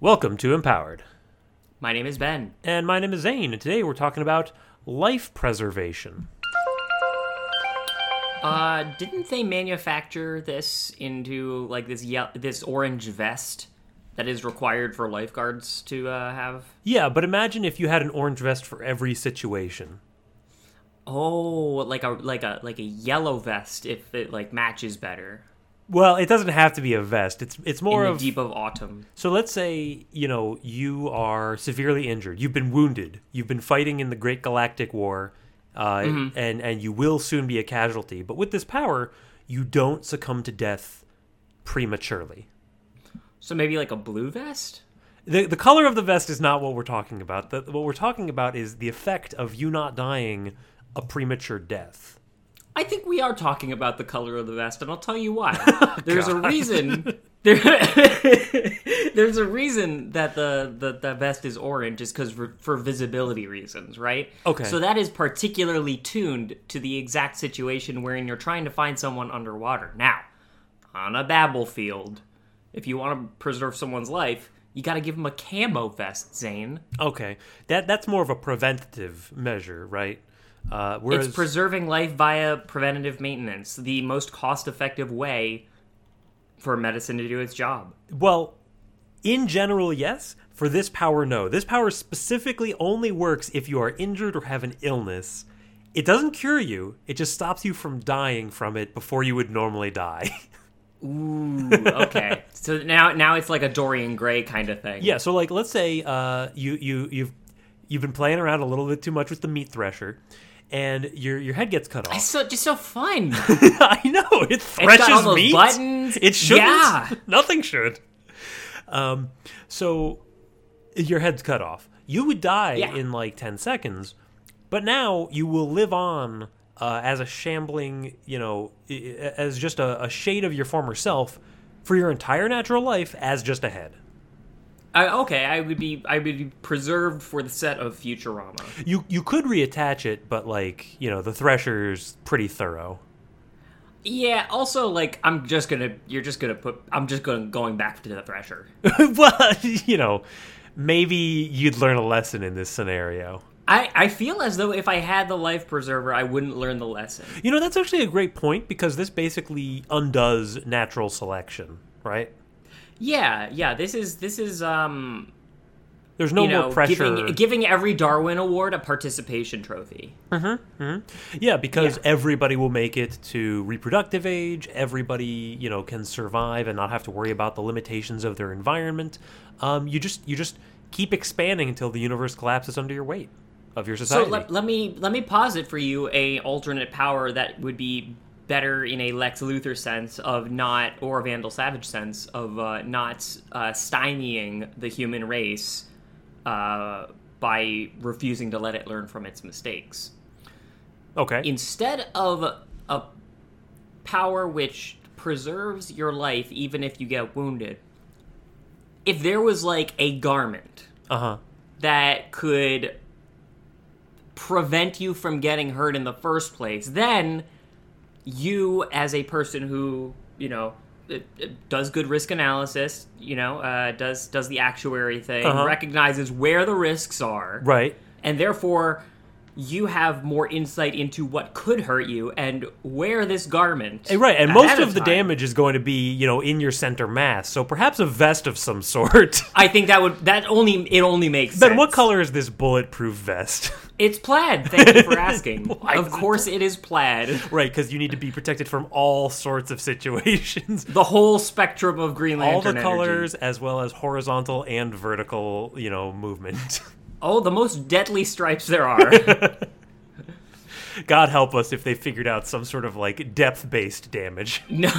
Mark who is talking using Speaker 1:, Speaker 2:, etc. Speaker 1: Welcome to Empowered.
Speaker 2: My name is Ben.
Speaker 1: And my name is Zane, and today we're talking about life preservation.
Speaker 2: Uh, didn't they manufacture this into like this ye- this orange vest that is required for lifeguards to uh, have?
Speaker 1: Yeah, but imagine if you had an orange vest for every situation.
Speaker 2: Oh, like a like a like a yellow vest if it like matches better
Speaker 1: Well, it doesn't have to be a vest. It's it's more
Speaker 2: in
Speaker 1: of
Speaker 2: the deep of autumn.
Speaker 1: So let's say, you know, you are severely injured. You've been wounded. You've been fighting in the Great Galactic War, uh,
Speaker 2: Mm-hmm.
Speaker 1: and, and you will soon be a casualty. But with this power, you don't succumb to death prematurely.
Speaker 2: So maybe like a blue vest.
Speaker 1: The, the color of the vest is not what we're talking about. The, what we're talking about is the effect of you not dying a premature death.
Speaker 2: I think we are talking about the color of the vest, and I'll tell you why. There's a reason. There, there's a reason that the, the, the vest is orange is because for, for visibility reasons, right?
Speaker 1: Okay.
Speaker 2: So that is particularly tuned to the exact situation wherein you're trying to find someone underwater. Now, on a babble field, if you want to preserve someone's life, you got to give them a camo vest, Zane.
Speaker 1: Okay, that that's more of a preventative measure, right? Uh, whereas,
Speaker 2: It's preserving life via preventative maintenance, the most cost effective way for medicine to do its job.
Speaker 1: well, in general, yes. For this power, no. This power specifically only works if you are injured or have an illness. It doesn't cure you. It just stops you from dying from it before you would normally die.
Speaker 2: Ooh, okay. so now now it's like a Dorian Gray kind of thing.
Speaker 1: Yeah, so like let's say uh, you you you've you've been playing around a little bit too much with the meat thresher, and your your head gets cut
Speaker 2: It's
Speaker 1: off.
Speaker 2: so just so fun.
Speaker 1: I know it threshes
Speaker 2: all those
Speaker 1: meat.
Speaker 2: buttons.
Speaker 1: It shouldn't.
Speaker 2: Yeah.
Speaker 1: Nothing should. Um, so your head's cut off. You would die
Speaker 2: Yeah.
Speaker 1: in like ten seconds, but now you will live on uh, as a shambling, you know, i- i- as just a, a shade of your former self for your entire natural life as just a head.
Speaker 2: I, okay, I would be I would be preserved for the set of Futurama.
Speaker 1: You you could reattach it, but like you know, the thresher's pretty thorough.
Speaker 2: Yeah. Also, like I'm just gonna you're just gonna put I'm just going going back to the Thresher.
Speaker 1: well, you know, maybe you'd learn a lesson in this scenario.
Speaker 2: I I feel as though if I had the life preserver, I wouldn't learn the lesson.
Speaker 1: You know, that's actually a great point because this basically undoes natural selection, right?
Speaker 2: Yeah, yeah. This is this is um
Speaker 1: There's no
Speaker 2: you know
Speaker 1: more pressure.
Speaker 2: giving giving every Darwin Award a participation trophy.
Speaker 1: yeah, because everybody will make it to reproductive age. Everybody, you know, can survive and not have to worry about the limitations of their environment. Um, you just you just keep expanding until the universe collapses under your weight of your
Speaker 2: So
Speaker 1: society.
Speaker 2: let, let me let me posit for you a alternate power that would be better in a Lex Luthor sense of not or Vandal Savage sense of uh, not uh, stymieing the human race uh, by refusing to let it learn from its mistakes.
Speaker 1: okay.
Speaker 2: Instead of a power which preserves your life even if you get wounded, if there was like a garment
Speaker 1: Uh huh.
Speaker 2: that could prevent you from getting hurt in the first place, then you, as a person who you know it- it does good risk analysis, you know, uh, does does the actuary thing,
Speaker 1: Uh-huh.
Speaker 2: recognizes where the risks are,
Speaker 1: Right.
Speaker 2: and therefore you have more insight into what could hurt you and wear this garment.
Speaker 1: Eh, Right, and
Speaker 2: ahead
Speaker 1: most of the
Speaker 2: time.
Speaker 1: damage is going to be, you know, in your center mass. So perhaps a vest of some sort.
Speaker 2: I think that would that only it only makes
Speaker 1: ben,
Speaker 2: sense.
Speaker 1: what color is this bulletproof vest?
Speaker 2: It's plaid. Thank you for asking. of
Speaker 1: is it-
Speaker 2: course, it is plaid.
Speaker 1: right, because you need to be protected from all sorts of situations,
Speaker 2: the whole spectrum of Green Lantern
Speaker 1: all the
Speaker 2: energy.
Speaker 1: colors, as well as horizontal and vertical, you know, movement.
Speaker 2: Oh, the most deadly stripes there are.
Speaker 1: God help us if they figured out some sort of like depth-based damage.
Speaker 2: no.